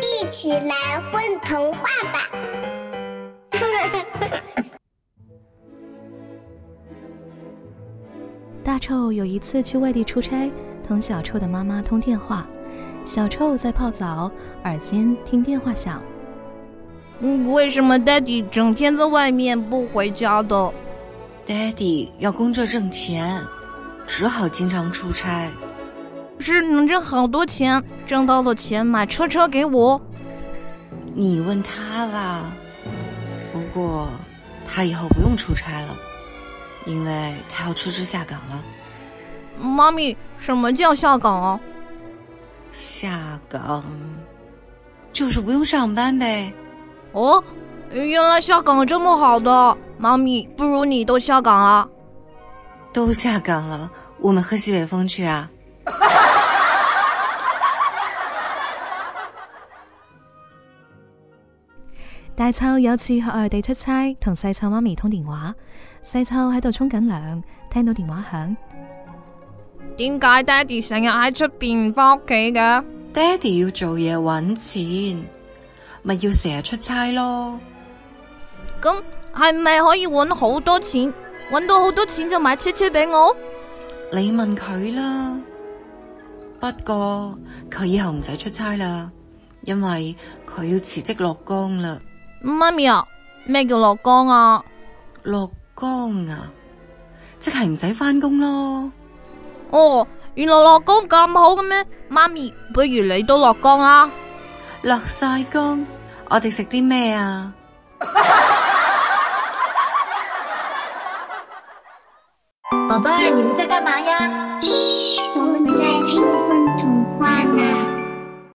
一起来混童话吧！大臭有一次去外地出差，同小臭的妈妈通电话。小臭在泡澡，耳尖听电话响。嗯，为什么 Daddy 整天在外面不回家的？ Daddy 要工作挣钱，只好经常出差。是能挣好多钱，挣到了钱买车车给我。你问他吧。不过他以后不用出差了，因为他要辞职下岗了。妈咪，什么叫下岗啊？下岗就是不用上班呗。哦，原来下岗这么好的。妈咪，不如你都下岗啊了。都下岗了，我们喝西北风去啊！大臭有次去外地出差，同細臭媽咪通電話。細臭喺度沖緊涼，聽到電話響，點解爹哋成日喺出邊翻屋企嘅？ Daddy 要做嘢揾錢，咪要成日出差咯。咁係咪可以搵好多錢？搵到好多錢就買車車俾我？你問佢啦。不過佢以後唔使出差啦，因為佢要辭職落崗啦。媽咪啊，咩叫落崗啊？落崗啊，即係唔使翻工咯。哦，原來落崗咁好嘅咩？媽咪，不如你都落崗啦。落晒崗，我哋食啲咩啊？宝贝儿，你们在干嘛呀？我们在听混童话呢。